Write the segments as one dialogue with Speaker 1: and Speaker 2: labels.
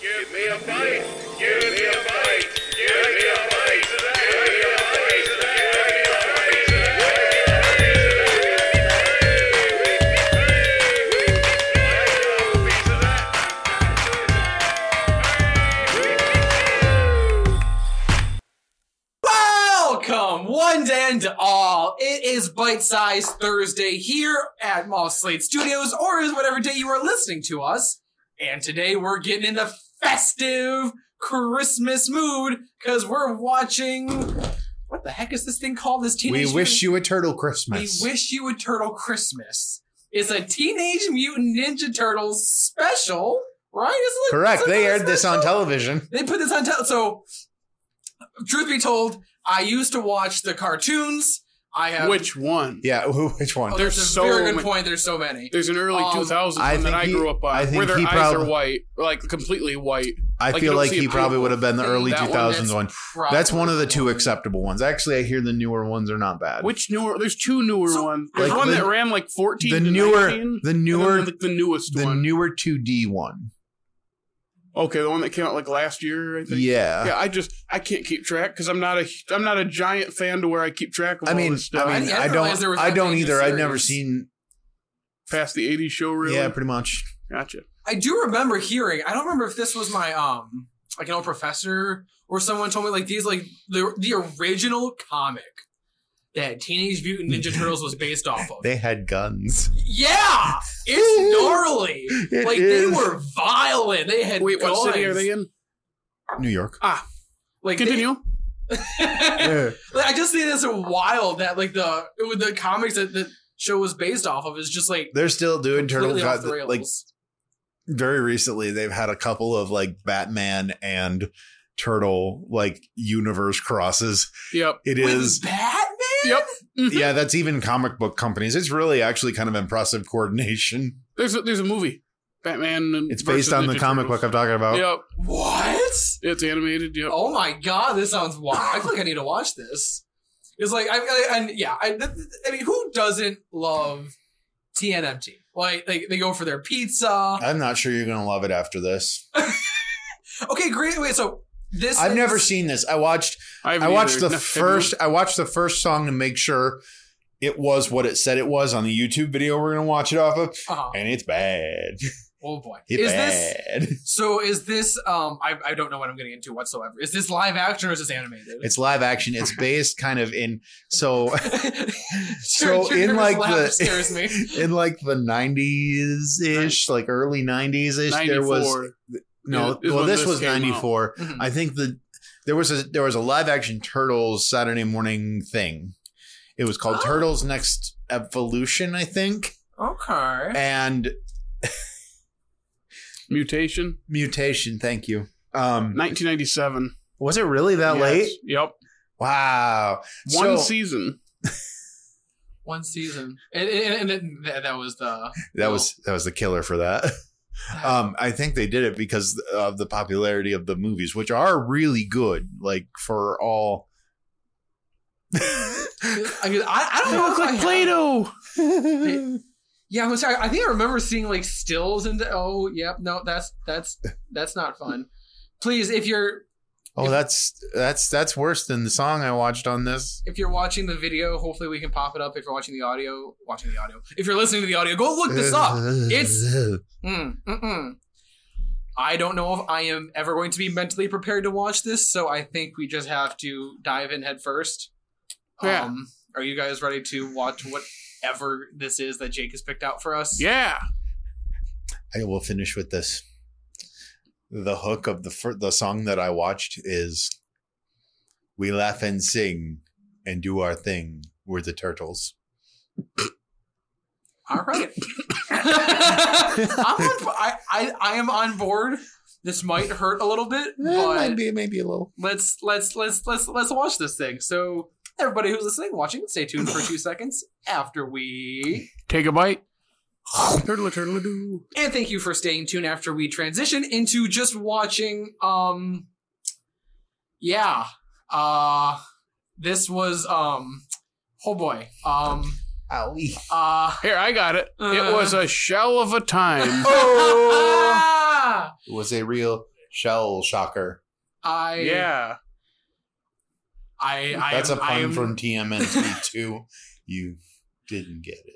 Speaker 1: Give me a bite. Give me a bite. Give me a bite. Give me a bite. Give me a bite.
Speaker 2: Welcome, one and all. It is Bite Size Thursday here at Moss Slate Studios, or is whatever day you are listening to us. And today we're getting in the festive Christmas mood because we're watching. What the heck is this thing called? This teenage.
Speaker 3: We wish you a turtle
Speaker 2: We
Speaker 3: Christmas.
Speaker 2: wish you a turtle Christmas. It's a Teenage Mutant Ninja Turtles special, right? Isn't it-
Speaker 3: Correct.
Speaker 2: isn't
Speaker 3: They
Speaker 2: it a
Speaker 3: aired this
Speaker 2: special?
Speaker 3: on television.
Speaker 2: they put this on tele- so truth be told i used to watch the cartoons i have
Speaker 4: Which one?
Speaker 3: Yeah, who- which one?
Speaker 2: oh,
Speaker 4: there's
Speaker 2: that's a
Speaker 4: so
Speaker 2: very good
Speaker 4: many-
Speaker 2: point there's so many
Speaker 4: There's an early
Speaker 2: Um,
Speaker 4: 2000s
Speaker 3: I
Speaker 4: one that
Speaker 3: think
Speaker 4: I
Speaker 3: he-
Speaker 4: grew up by,
Speaker 3: I think
Speaker 4: where their
Speaker 3: he
Speaker 4: eyes
Speaker 3: prob-
Speaker 4: are white, like completely white.
Speaker 3: I
Speaker 4: like, you
Speaker 3: feel
Speaker 4: don't
Speaker 3: like
Speaker 4: see
Speaker 3: he
Speaker 4: a
Speaker 3: probably
Speaker 4: purple
Speaker 3: would have been the
Speaker 2: thing,
Speaker 3: early
Speaker 2: that one,
Speaker 3: 2000s
Speaker 2: that's
Speaker 3: one.
Speaker 2: Probably
Speaker 3: That's one of the two
Speaker 2: one.
Speaker 3: acceptable ones. Actually, I hear the newer ones are not bad.
Speaker 4: Which newer? There's two newer
Speaker 2: So-
Speaker 4: ones. There's
Speaker 3: Like
Speaker 4: one
Speaker 3: the-
Speaker 4: that ran like 14.
Speaker 3: the
Speaker 4: to
Speaker 3: newer,
Speaker 4: 19, and
Speaker 3: the
Speaker 4: then
Speaker 3: newer,
Speaker 4: like the newest
Speaker 3: the
Speaker 4: one.
Speaker 3: newer 2D one.
Speaker 4: okay, the one that came out like last year, I think.
Speaker 3: Yeah.
Speaker 4: Yeah, I just I can't keep track because I'm not a I'm not a giant fan to where I keep track of
Speaker 3: I
Speaker 4: all
Speaker 3: mean,
Speaker 4: this stuff.
Speaker 3: I mean,
Speaker 2: I
Speaker 3: I
Speaker 2: didn't realize there
Speaker 3: don't,
Speaker 2: was
Speaker 3: I
Speaker 2: that
Speaker 3: don't
Speaker 2: many
Speaker 3: either. I've never
Speaker 2: series.
Speaker 3: seen.
Speaker 4: past the 80s show really.
Speaker 3: Yeah, pretty much.
Speaker 4: gotcha.
Speaker 2: i do remember hearing i don't remember if this was my um like an old professor or someone told me like these like the, the original comic that teenage mutant ninja turtles was based off of
Speaker 3: They had guns.
Speaker 2: yeah it's gnarly
Speaker 3: It
Speaker 2: like
Speaker 3: is-
Speaker 2: they were violent they had
Speaker 4: Wait, what
Speaker 2: guns.
Speaker 4: city are they in?
Speaker 3: New York.
Speaker 2: like they-
Speaker 4: Continue.
Speaker 3: Yeah.
Speaker 2: Like, I just think it's wild that like the it was- the comics that the show was based off of is just like
Speaker 3: They're still doing turtle.
Speaker 2: completely off
Speaker 3: God,
Speaker 2: the rails.
Speaker 3: like very recently they've had a couple of like Batman and Turtle like universe crosses.
Speaker 4: Yep.
Speaker 3: It
Speaker 2: With
Speaker 3: is
Speaker 2: Batman?
Speaker 4: Yep.
Speaker 3: yeah, that's even comic book companies. It's really actually kind of impressive coordination.
Speaker 4: There's a, there's a movie, Batman. And
Speaker 3: It's based on the comic book I'm talking about.
Speaker 4: Yep.
Speaker 2: What?
Speaker 4: It's animated. Yep.
Speaker 2: Oh my god, this sounds wild. I feel like I need to watch this. It's like I, I, I yeah, I, I mean, who doesn't love TNMT? Like, like they go for their pizza.
Speaker 3: I'm not sure you're gonna love it after this.
Speaker 2: Okay, great. Wait, so this
Speaker 3: I've
Speaker 2: is-
Speaker 3: never seen this. I watched
Speaker 4: haven't
Speaker 3: I watched
Speaker 4: either.
Speaker 3: the
Speaker 4: No,
Speaker 3: first I watched the first song to make sure it was what it said it was on the YouTube video we're gonna watch it off of,
Speaker 2: Uh-huh.
Speaker 3: and it's bad.
Speaker 2: Oh boy,
Speaker 3: It's
Speaker 2: is this
Speaker 3: bad.
Speaker 2: so? Is this um? I, I don't know what I'm getting into whatsoever. Is this live action or is this animated?
Speaker 3: It's live action. It's based kind of in so
Speaker 2: so in like the scares me.
Speaker 3: in like the 90s ish, like early 90s
Speaker 4: Have
Speaker 3: ish.
Speaker 4: you?
Speaker 3: There was
Speaker 4: 94.
Speaker 3: no.
Speaker 4: Is
Speaker 3: well,
Speaker 4: when
Speaker 3: this
Speaker 4: this
Speaker 3: was
Speaker 4: came out. Mm.
Speaker 3: 94.
Speaker 2: Mhm.
Speaker 3: I think the there was a there was a live action Turtles Saturday morning thing. It was called
Speaker 2: Oh.
Speaker 3: Turtles Next Evolution, I think,
Speaker 2: Okay.
Speaker 3: and
Speaker 4: mutation.
Speaker 3: Mutation. Thank you. Um,
Speaker 4: 1997.
Speaker 3: was it really that
Speaker 4: Yes.
Speaker 3: late?
Speaker 4: Yep.
Speaker 3: Wow.
Speaker 4: One
Speaker 3: So-
Speaker 4: season.
Speaker 2: One season, and, and, and it- that, that was the
Speaker 3: That was that was the killer for that.
Speaker 4: Uh,
Speaker 3: Um, I think they did it because of the popularity of the movies, which are really good. Like for all,
Speaker 2: I, mean, I, I don't
Speaker 4: You
Speaker 2: know.
Speaker 4: look
Speaker 2: if I
Speaker 4: like
Speaker 2: have-
Speaker 4: Play-Doh.
Speaker 3: Oh,
Speaker 2: Yeah, I'm sorry. I think I remember seeing like stills and oh, yep. No, that's that's that's not fun. Please, if you're
Speaker 3: oh, that's that's that's worse than the song I watched on this.
Speaker 2: if you're watching the video, hopefully we can pop it up. If you're watching the audio, watching the audio. If you're listening to the audio, go look this
Speaker 4: Uh-huh.
Speaker 2: up. It's- Mm, mm-mm. I don't know if I am ever going to be mentally prepared to watch this, so I think we just have to dive in head first.
Speaker 4: Yeah.
Speaker 2: Um, are you guys ready to watch whatever this is that Jake has picked out for us?
Speaker 4: Yeah.
Speaker 3: I will finish with this. The hook of the fir- the song that I watched is, "We laugh and sing, and do our thing. We're the turtles."
Speaker 2: All right. I'm on, I, I, I am on board. This might hurt a little bit, but
Speaker 3: be maybe a little.
Speaker 2: let's let's let's let's let's watch this thing. So everybody who's listening, watching, stay tuned for two seconds after we
Speaker 4: Take a bite. Turtle, turtle, doo.
Speaker 2: And thank you for staying tuned after we transition into just watching um yeah. Uh this was um oh boy. Um
Speaker 3: Owie.
Speaker 2: uh
Speaker 4: Here, I got it.
Speaker 2: Uh. Oh,
Speaker 4: it was a shell of a time.
Speaker 3: Oh. It was a real Shell Shocker.
Speaker 2: I
Speaker 4: yeah.
Speaker 2: I, I
Speaker 3: That's
Speaker 2: am,
Speaker 3: a
Speaker 2: I
Speaker 3: pun
Speaker 2: am-
Speaker 3: from TMNT two. You didn't get it.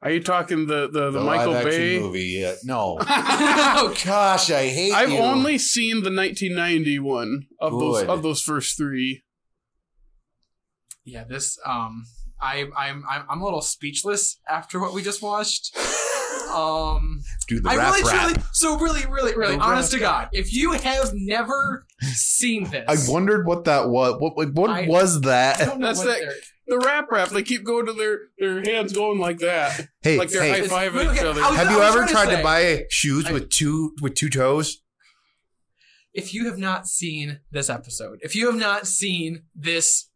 Speaker 4: Are you talking the the, the, Michael
Speaker 3: live-action
Speaker 4: Bay?
Speaker 3: movie. Yeah. No.
Speaker 2: oh,
Speaker 3: Gosh, I hate
Speaker 4: I've
Speaker 3: you.
Speaker 4: only seen the 1990 one of those
Speaker 3: Good.
Speaker 4: of those first three.
Speaker 2: yeah this um I I'm I'm I'm a little speechless after what we just watched. Um
Speaker 3: do the
Speaker 2: I
Speaker 3: rap
Speaker 2: really
Speaker 3: rap.
Speaker 2: truly so really really really
Speaker 4: The
Speaker 2: honest to
Speaker 4: rap
Speaker 2: God, if you have never seen this
Speaker 3: I wondered what that was. What what, what
Speaker 2: I-
Speaker 3: was
Speaker 2: I
Speaker 3: that?
Speaker 2: don't know
Speaker 4: That's
Speaker 2: what
Speaker 4: that- The
Speaker 2: they're-
Speaker 4: rap rap. They keep going to their their hands going like that.
Speaker 3: Hey,
Speaker 4: like they're
Speaker 3: hey,
Speaker 4: high five
Speaker 2: Okay,
Speaker 4: each other.
Speaker 2: I was-
Speaker 3: have you
Speaker 2: was
Speaker 3: ever
Speaker 2: trying to
Speaker 3: tried to,
Speaker 2: say-
Speaker 3: buy shoes
Speaker 2: I-
Speaker 3: with two with two toes?
Speaker 2: if you have not seen this episode, if you have not seen this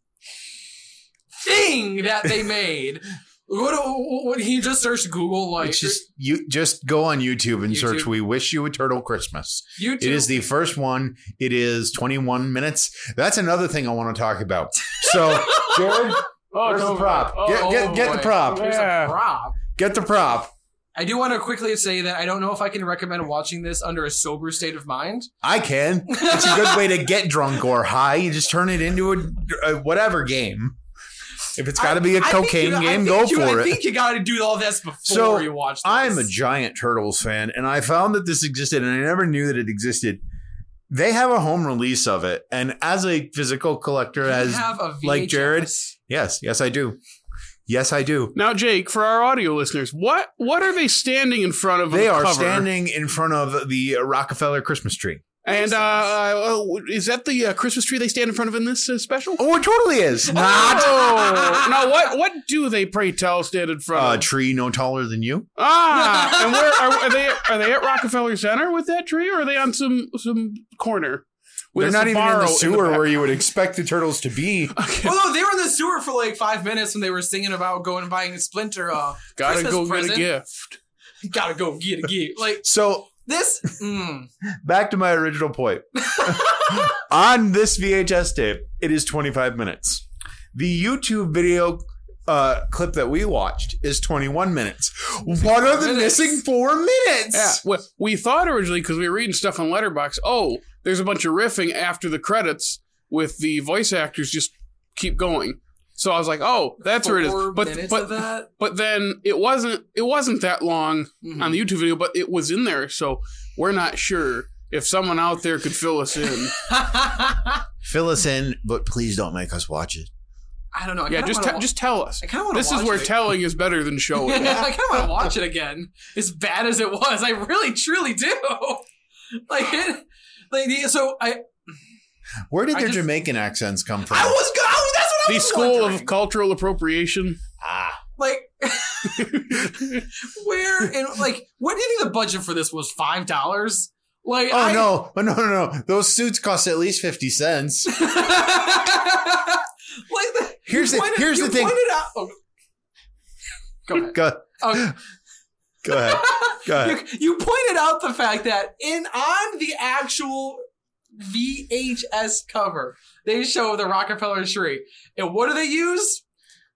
Speaker 2: thing that they made, what, what, what he just searched Google like
Speaker 3: it's just you just go on YouTube and
Speaker 2: YouTube.
Speaker 3: search "We Wish You a Turtle Christmas."
Speaker 2: YouTube.
Speaker 3: It is the first one. It is 21 minutes. That's another thing I want to talk about. So, Jared,
Speaker 4: Oh,
Speaker 3: where's the
Speaker 4: no.
Speaker 3: prop?
Speaker 4: Oh,
Speaker 3: get get, get the
Speaker 2: boy.
Speaker 3: prop.
Speaker 2: There's
Speaker 4: Yeah.
Speaker 2: a prop.
Speaker 3: Get the prop.
Speaker 2: I do want to quickly say that I don't know if I can recommend watching this under a sober state of mind.
Speaker 3: I can. It's a good way to get drunk or high. You just turn it into a, a whatever game. If it's got to be a
Speaker 2: I think
Speaker 3: cocaine
Speaker 2: you- I
Speaker 3: game,
Speaker 2: think
Speaker 3: go
Speaker 2: you-
Speaker 3: for
Speaker 2: I
Speaker 3: it.
Speaker 2: think you got to do all this before
Speaker 3: So,
Speaker 2: you watch this.
Speaker 3: I'm a giant Turtles fan, and I found that this existed, and I never knew that it existed. They have a home release of it, and as a physical collector,
Speaker 2: You
Speaker 3: as
Speaker 2: have a
Speaker 3: like Jared-
Speaker 2: VHS.
Speaker 3: yes, yes, I do, yes, I do.
Speaker 4: Now, Jake, for our audio listeners, what what are they standing in front of? on
Speaker 3: They
Speaker 4: the
Speaker 3: are
Speaker 4: cover?
Speaker 3: standing in front of the Rockefeller Christmas tree.
Speaker 4: And uh, uh, is that the uh, Christmas tree they stand in front of in this uh, special?
Speaker 3: Oh, it totally is not
Speaker 4: Oh, now what what do they pray tell stand in front
Speaker 3: a
Speaker 4: of?
Speaker 3: tree no taller than you.
Speaker 4: Ah, and where are, are they? Are they at Rockefeller Center with that tree, or are they on some some corner?
Speaker 3: They're
Speaker 4: with a
Speaker 3: not even in
Speaker 4: Sbarro
Speaker 3: the sewer
Speaker 4: back?
Speaker 3: where you would expect the turtles to be.
Speaker 2: Well, no, they were in the sewer for like five minutes when they were singing about going and buying a splinter. Uh,
Speaker 4: Gotta
Speaker 2: Christmas
Speaker 4: go
Speaker 2: present.
Speaker 4: get a gift.
Speaker 2: gotta go get a gift. Like
Speaker 3: So
Speaker 2: this. Mm,
Speaker 3: back to my original point. On this VHS tape, it is 25 minutes. The YouTube video uh, clip that we watched is 21 minutes. What are the
Speaker 2: Minutes.
Speaker 3: missing four minutes?
Speaker 4: Yeah, well, we thought originally because we were reading stuff on Letterbox. Oh, there's a bunch of riffing after the credits with the voice actors just keep going. So I was like, oh, that's where it is.
Speaker 2: four
Speaker 4: But
Speaker 2: minutes
Speaker 4: but
Speaker 2: of that.
Speaker 4: but then it wasn't it wasn't that long
Speaker 2: Mhm.
Speaker 3: Hmm.
Speaker 4: on the YouTube video, but it was in there. So we're not sure if someone out there could fill us in.
Speaker 3: Fill us in, but please don't make us watch it.
Speaker 2: I don't know. I
Speaker 4: yeah,
Speaker 2: kinda
Speaker 4: just
Speaker 2: wanna
Speaker 4: te-
Speaker 2: wa-
Speaker 4: just tell us.
Speaker 2: I kind of want to.
Speaker 4: This is where telling is better than showing.
Speaker 2: I kind of want to watch it again. As bad as it was, I really truly do. Like it. Like the, so I.
Speaker 3: Where did
Speaker 2: I
Speaker 3: their
Speaker 2: just-
Speaker 3: Jamaican accents come from?
Speaker 2: I was. go- I was that's what I
Speaker 4: the
Speaker 2: was
Speaker 4: school
Speaker 2: wondering.
Speaker 4: of cultural appropriation.
Speaker 3: ah,
Speaker 2: like where and like what do you think the budget for this was? Five dollars. Like
Speaker 3: oh
Speaker 2: I,
Speaker 3: no, oh, no, no, no. Those suits cost at least 50 cents.
Speaker 2: like the,
Speaker 3: Here's
Speaker 2: you
Speaker 3: the-
Speaker 2: pointed-
Speaker 3: here's
Speaker 2: you
Speaker 3: the thing.
Speaker 2: pointed out- oh. Go ahead.
Speaker 3: Go,
Speaker 2: Oh.
Speaker 3: go ahead. Go ahead.
Speaker 2: you, you pointed out the fact that in on the actual VHS cover, they show the Rockefeller tree, and what do they use?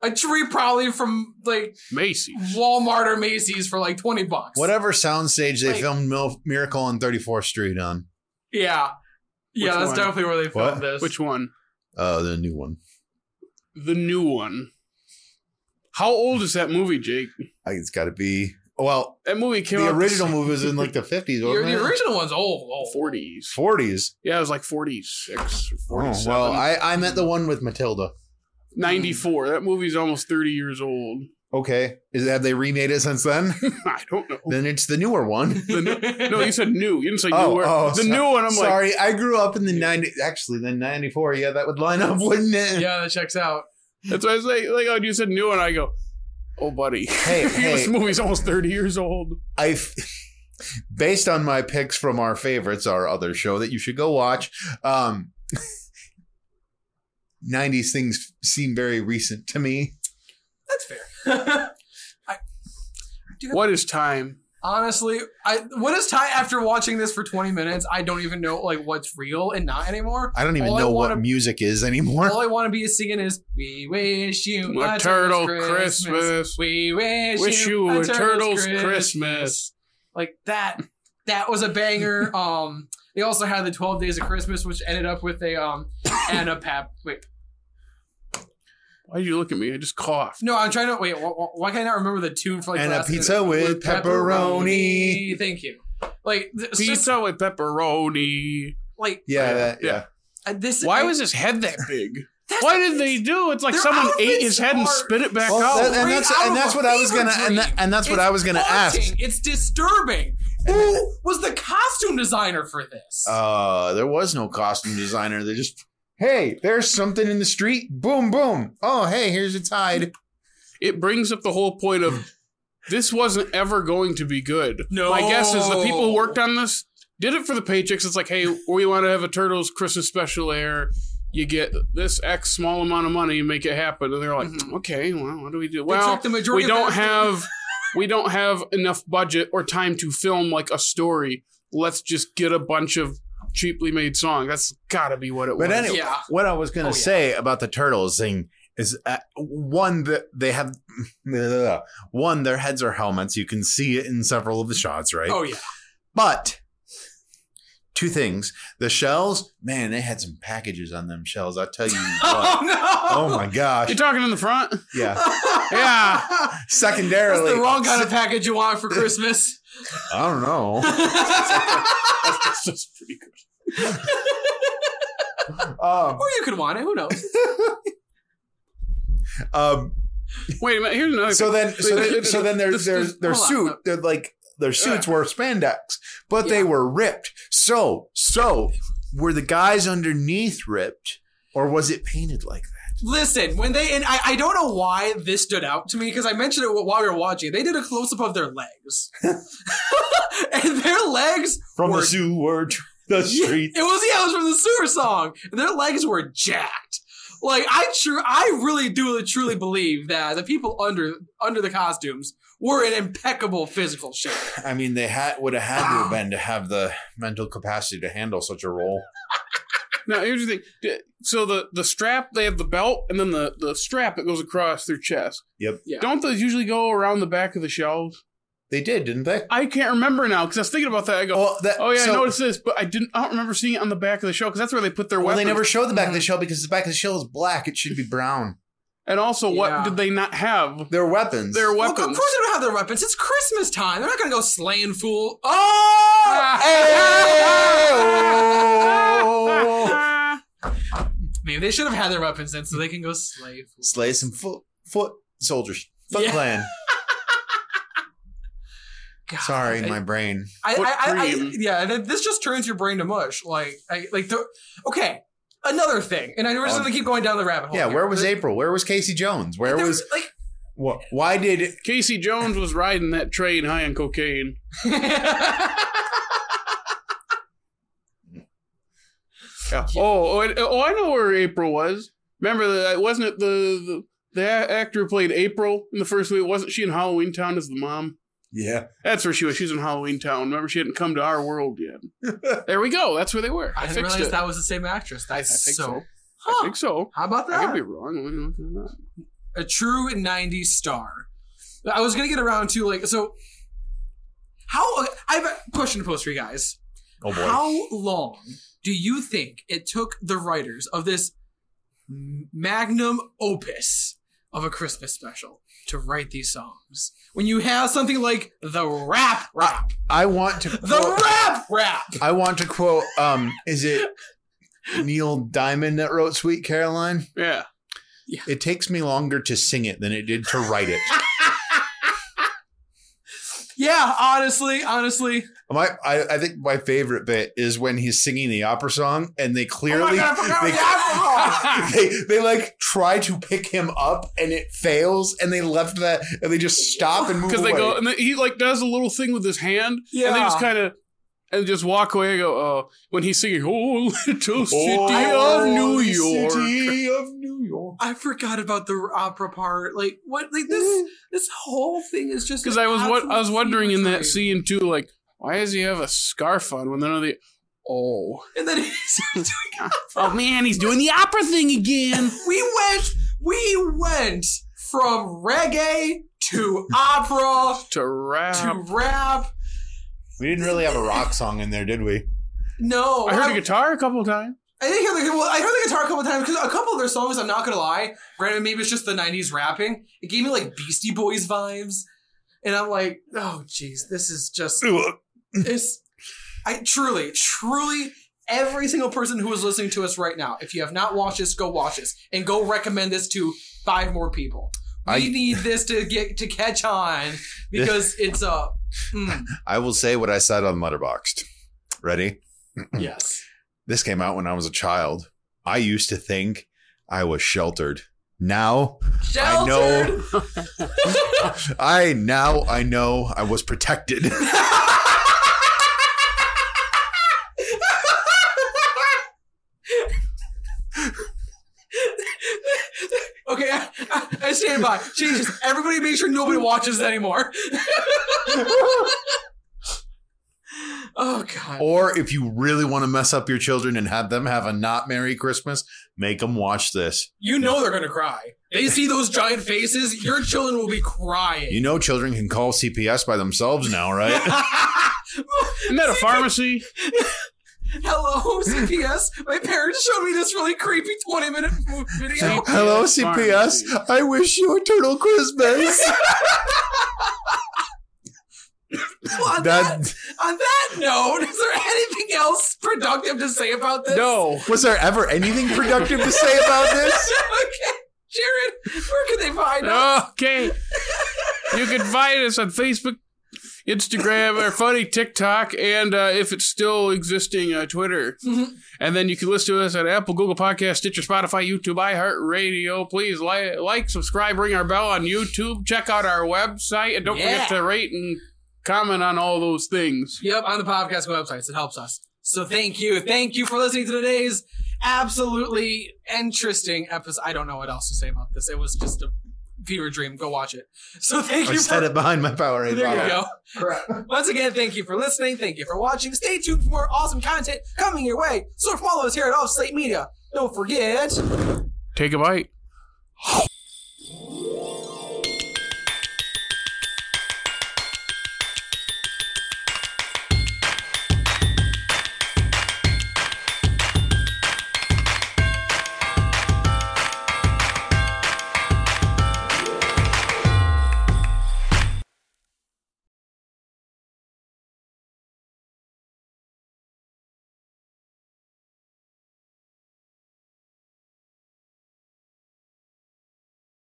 Speaker 2: A tree probably from like
Speaker 4: Macy.
Speaker 2: Walmart or Macy's for like twenty bucks.
Speaker 3: Whatever soundstage they
Speaker 2: Like-
Speaker 3: filmed Mil- Miracle on 34th Street on.
Speaker 2: Yeah, yeah,
Speaker 4: Which
Speaker 2: that's
Speaker 4: one?
Speaker 2: definitely where they filmed
Speaker 3: What?
Speaker 2: this.
Speaker 4: Which one?
Speaker 3: Uh, the new one.
Speaker 4: The new one. How old is that movie, Jake?
Speaker 3: I think it's got to be. Well,
Speaker 4: That movie came
Speaker 3: the
Speaker 4: out
Speaker 3: original movie was in like the 50s,
Speaker 2: Your-
Speaker 3: wasn't
Speaker 2: the
Speaker 3: it?
Speaker 2: original one's old. old.
Speaker 4: 40s.
Speaker 3: 40s.
Speaker 4: Yeah, it was like 46 or
Speaker 3: Oh,
Speaker 4: 47.
Speaker 3: well, I, I meant the one with Matilda.
Speaker 4: 94. That movie's almost 30 years old.
Speaker 3: Okay. Is, have they remade it since then?
Speaker 4: I don't know.
Speaker 3: then it's the newer one.
Speaker 4: The new- no, you said new. You didn't say
Speaker 3: Oh,
Speaker 4: new.
Speaker 3: oh,
Speaker 4: the
Speaker 3: so-
Speaker 4: new one, I'm like,
Speaker 3: Sorry, I grew up in the 90s. Actually, the 94. Yeah, that would line up, wouldn't it?
Speaker 2: Yeah, that checks out.
Speaker 4: that's why I was like, like, oh, you said new, and I go, oh, buddy.
Speaker 3: Hey,
Speaker 4: this
Speaker 3: hey,
Speaker 4: movie's almost 30 years old.
Speaker 3: I. f- Based on my picks from our favorites, our other show that you should go watch, um, 90s things seem very recent to me.
Speaker 2: That's fair.
Speaker 4: What is time?
Speaker 2: Honestly, I what is time after watching this for 20 minutes? I don't even know like what's real and not anymore.
Speaker 3: I don't even
Speaker 2: All I
Speaker 3: know
Speaker 2: wanna-
Speaker 3: what music is anymore.
Speaker 2: All I want to be singing is "We wish you
Speaker 4: A turtle Christmas.
Speaker 2: We wish,
Speaker 4: Wish you a turtle's Christmas.
Speaker 2: Like that That was a banger. um, they also had the Twelve Days of Christmas, which ended up with a um Anna Pap. Wait,
Speaker 4: Why did you look at me? I just coughed.
Speaker 2: no, I'm trying to wait. Why, why can I not remember the tune for like
Speaker 3: and
Speaker 2: the
Speaker 3: a
Speaker 2: last-
Speaker 3: pizza with pepperoni.
Speaker 2: Thank you. Like th- it's just
Speaker 4: Pizza with pepperoni.
Speaker 2: like
Speaker 3: Yeah, that, yeah.
Speaker 4: Yeah.
Speaker 2: uh, this.
Speaker 4: Why
Speaker 2: I-
Speaker 4: was his head that big?
Speaker 2: that's-
Speaker 4: Why did they do? It's like
Speaker 2: Their
Speaker 4: someone ate
Speaker 2: outfits
Speaker 4: his head and
Speaker 2: are-
Speaker 4: spit it back
Speaker 3: Well,
Speaker 4: out.
Speaker 3: that- and that's
Speaker 2: Out of
Speaker 3: and that's
Speaker 2: a
Speaker 3: what I was
Speaker 2: fever
Speaker 3: gonna and, that,
Speaker 2: dream.
Speaker 3: and that's what
Speaker 2: It's
Speaker 3: I was gonna
Speaker 2: haunting.
Speaker 3: ask.
Speaker 2: It's disturbing. Who was the costume designer for this?
Speaker 3: Uh, there was no costume designer. They just hey, there's something in the street. Boom, boom. Oh, hey, here's a tide.
Speaker 4: it brings up the whole point of this wasn't ever going to be good.
Speaker 2: No.
Speaker 4: My guess is the people who worked on this did it for the paychecks. It's like, hey, we want to have a Turtles Christmas special air. You get this X small amount of money, make it happen. And they're like,
Speaker 2: Mhm.
Speaker 4: okay, well, what do we do?
Speaker 2: They
Speaker 4: Well,
Speaker 2: took the majority
Speaker 4: we
Speaker 2: of
Speaker 4: don't
Speaker 2: that-
Speaker 4: have we don't have enough budget or time to film like a story. Let's just get a bunch of cheaply made songs. That's gotta be what it
Speaker 3: But
Speaker 4: was.
Speaker 3: anyway,
Speaker 2: Yeah.
Speaker 3: what I was gonna
Speaker 2: Oh, yeah.
Speaker 3: say about the turtles thing is uh, one that they have one their heads are helmets. You can see it in several of the shots, right?
Speaker 2: Oh yeah.
Speaker 3: But two things: the shells, man, they had some packages on them shells. I tell you what.
Speaker 2: Oh no.
Speaker 3: oh my gosh!
Speaker 4: You're talking in the front?
Speaker 3: Yeah.
Speaker 4: Yeah.
Speaker 2: That's
Speaker 3: Secondarily,
Speaker 2: the wrong kind of package you want for Christmas.
Speaker 3: I don't know.
Speaker 2: or
Speaker 4: That's, that's pretty good.
Speaker 3: um,
Speaker 2: you could want it. Who knows?
Speaker 3: um,
Speaker 4: Wait a minute, here's another
Speaker 3: so then, so then, so then, their
Speaker 4: This-
Speaker 3: their
Speaker 4: this-
Speaker 3: their
Speaker 2: hold on.
Speaker 3: suit, they're like their suits were spandex, but
Speaker 2: Yeah.
Speaker 3: they were ripped. So, so were the guys underneath ripped, or was it painted like that?
Speaker 2: Listen, when they and I, I don't know why this stood out to me because I mentioned it while we were watching. They did a close up of their legs, and their legs
Speaker 3: From
Speaker 2: Were-
Speaker 3: the sewer to the
Speaker 2: Yeah,
Speaker 3: street.
Speaker 2: It was yeah, it was from the sewer song, and their legs were jacked. Like I true, I really do truly believe that the people under under the costumes were in impeccable physical shape.
Speaker 3: I mean, they had would have had to have been to have the mental capacity to handle such a role.
Speaker 4: Now here's the thing. D- So the the strap they have the belt and then the the strap that goes across their chest.
Speaker 3: Yep.
Speaker 2: Yeah.
Speaker 4: Don't those usually go around the back of the shelves?
Speaker 3: They did, didn't they?
Speaker 4: I can't remember now because I was thinking about that. I go, oh,
Speaker 3: Well, that,
Speaker 4: yeah,
Speaker 3: so-
Speaker 4: I noticed this, but I didn't. I don't remember seeing it on the back of the shelf because that's where they put their
Speaker 3: Well,
Speaker 4: weapons. Mm-hmm.
Speaker 3: they never show the back of the shell because the back of the shell is black. It should be brown.
Speaker 4: and also,
Speaker 2: Yeah.
Speaker 4: what did they not have?
Speaker 3: They're weapons.
Speaker 4: Their
Speaker 2: Look, of
Speaker 4: weapons.
Speaker 2: course they don't have their weapons. It's Christmas time. They're not gonna go slaying fool. Oh,
Speaker 3: Hey-oh.
Speaker 4: Ah.
Speaker 2: maybe they should have had their weapons then, so they can go slay. Fools.
Speaker 3: Slay some foot foot soldiers. Foot
Speaker 2: Yeah.
Speaker 3: clan.
Speaker 2: God,
Speaker 3: Sorry,
Speaker 2: I-
Speaker 3: my brain.
Speaker 2: I,
Speaker 4: What
Speaker 2: I, I, I
Speaker 4: dream?
Speaker 2: yeah, th- this just turns your brain to mush. Like, I, like the okay. Another thing, and I know we're just gonna keep going down the
Speaker 4: Oh,
Speaker 2: rabbit hole.
Speaker 3: Oh. Yeah,
Speaker 2: here.
Speaker 3: where was
Speaker 2: There-
Speaker 3: April? Where was Casey Jones? Where
Speaker 2: there
Speaker 3: was
Speaker 2: like?
Speaker 3: wh- why did
Speaker 4: Casey Jones was riding that train high on cocaine. Yeah. Oh, oh, and- oh, I know where April was. Remember that? Wasn't it the the, the a- actor who played April in the first movie? Wasn't she in Halloween Town as the mom?
Speaker 3: Yeah.
Speaker 4: That's where she was. She's in Halloween Town. Remember, she hadn't come to our world yet. there we go. That's where they were. I,
Speaker 2: I didn't
Speaker 4: fixed
Speaker 2: realize
Speaker 4: it.
Speaker 2: that was the same actress. That's
Speaker 4: I think
Speaker 2: so.
Speaker 4: so.
Speaker 2: Huh.
Speaker 4: I think so.
Speaker 2: How about
Speaker 4: I could
Speaker 2: that?
Speaker 4: be wrong. Let me look it up.
Speaker 2: A true '90s star. I was gonna get around to like so. How I have a question to pose for you guys.
Speaker 3: Oh boy.
Speaker 2: How long do you think it took the writers of this magnum opus of a Christmas special to write these songs? When you have something like the rap rap,
Speaker 3: I want to
Speaker 2: the
Speaker 3: quote,
Speaker 2: rap rap.
Speaker 3: I want to quote um is it Neil Diamond that wrote Sweet Caroline?
Speaker 4: Yeah.
Speaker 3: It takes me longer to sing it than it did to write it.
Speaker 2: Yeah, honestly, honestly.
Speaker 3: My, I, I think my favorite bit is when he's singing the opera song and
Speaker 4: Oh,
Speaker 3: they clearly
Speaker 2: Oh God, I forgot
Speaker 3: they,
Speaker 2: the opera
Speaker 3: they they like try to pick him up and it fails and they left that and they just stop and move
Speaker 4: Because
Speaker 3: away.
Speaker 4: they go and then he like does a little thing with his hand.
Speaker 2: Yeah.
Speaker 4: And they just kind of and just walk away. And go oh when he's singing "Oh Little City
Speaker 3: Oh,
Speaker 4: of New
Speaker 3: the
Speaker 4: York."
Speaker 3: City of New York.
Speaker 2: I forgot about the opera part. Like what? Like this. This whole thing is just
Speaker 4: Because
Speaker 2: an
Speaker 4: I was what I was
Speaker 2: absolute
Speaker 4: wondering in that
Speaker 2: fever dream.
Speaker 4: scene too, like why does he have a scarf on when none of the oh
Speaker 2: And then he's doing
Speaker 4: oh man he's doing the opera thing again.
Speaker 2: we went we went from reggae to opera
Speaker 4: to rap.
Speaker 2: to rap
Speaker 3: We didn't really have a rock song in there, did we?
Speaker 2: No,
Speaker 4: I heard
Speaker 2: I-
Speaker 4: a guitar a couple of times.
Speaker 2: I did hear the well, I heard the guitar a couple times because a couple of their songs. I'm not gonna lie. Granted, maybe it's just the '90s rapping. It gave me like Beastie Boys vibes, and I'm like, oh jeez, this is just this. I truly, truly, every single person who is listening to us right now, if you have not watched this, go watch this and go recommend this to five more people. We
Speaker 3: I-
Speaker 2: need this to get to catch on because it's a mm,
Speaker 3: I will say what I said on Letterboxd. Ready?
Speaker 2: yes.
Speaker 3: This came out when I was a child. I used to think I was sheltered. Now I know. I now I know I was protected.
Speaker 2: okay, I, I- I stand by. Jesus, everybody make sure nobody watches anymore. oh god.
Speaker 3: or if you really want to mess up your children and have them have a not merry Christmas, make them watch this.
Speaker 2: You know they're gonna cry. They see those giant faces, your children will be
Speaker 3: You
Speaker 2: crying.
Speaker 3: know, children can call CPS by themselves now, right?
Speaker 4: Isn't that a pharmacy?
Speaker 2: Hello, CPS. My parents showed me this really creepy 20 minute video.
Speaker 3: Hello, CPS. I wish you a turtle Christmas.
Speaker 2: on, that,
Speaker 3: that
Speaker 2: on that note, is there anything else productive to say about this?
Speaker 4: No.
Speaker 3: was there ever anything productive to say about this?
Speaker 2: okay. Jared, where can they find us?
Speaker 4: Okay. You can find us on Facebook, Instagram, or funny TikTok, and uh, if it's still existing, uh, Twitter.
Speaker 2: Mhm.
Speaker 4: And then you can listen to us at Apple, Google Podcast, Stitcher, Spotify, YouTube, iHeartRadio. Please li- like, subscribe, ring our bell on YouTube. Check out our website, and don't forget
Speaker 2: Yeah.
Speaker 4: to rate and comment on all those things.
Speaker 2: Yep, on the podcast websites. It helps us. So thank you. Thank you for listening to today's absolutely interesting episode. I don't know what else to say about this. It was just a fever dream. Go watch it. So thank
Speaker 3: I
Speaker 2: you
Speaker 3: said
Speaker 2: for
Speaker 3: it behind my Powerade
Speaker 2: There
Speaker 3: bottle.
Speaker 2: you go. Once again, thank you for listening. Thank you for watching. Stay tuned for more awesome content coming your way. So follow us here at Off Slate Media. Don't forget.
Speaker 4: Take a bite.